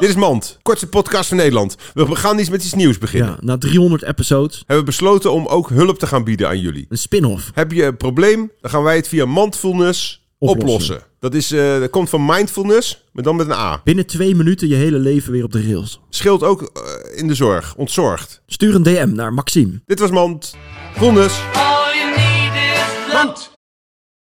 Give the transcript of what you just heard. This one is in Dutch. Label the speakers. Speaker 1: Dit is Mand, kortste podcast van Nederland. We gaan iets met iets nieuws beginnen.
Speaker 2: Ja, na 300 episodes.
Speaker 1: Hebben we besloten om ook hulp te gaan bieden aan jullie.
Speaker 2: Een spin-off.
Speaker 1: Heb je een probleem, dan gaan wij het via Mindfulness oplossen.
Speaker 2: Oplossen.
Speaker 1: Dat, is, eh, dat komt van Mindfulness, maar dan met een A.
Speaker 2: Binnen twee minuten je hele leven weer op de rails.
Speaker 1: Scheelt ook eh, in de zorg, ontzorgd.
Speaker 2: Stuur een DM naar Maxime.
Speaker 1: Dit was Mand. Vonnis.
Speaker 3: All you need is love.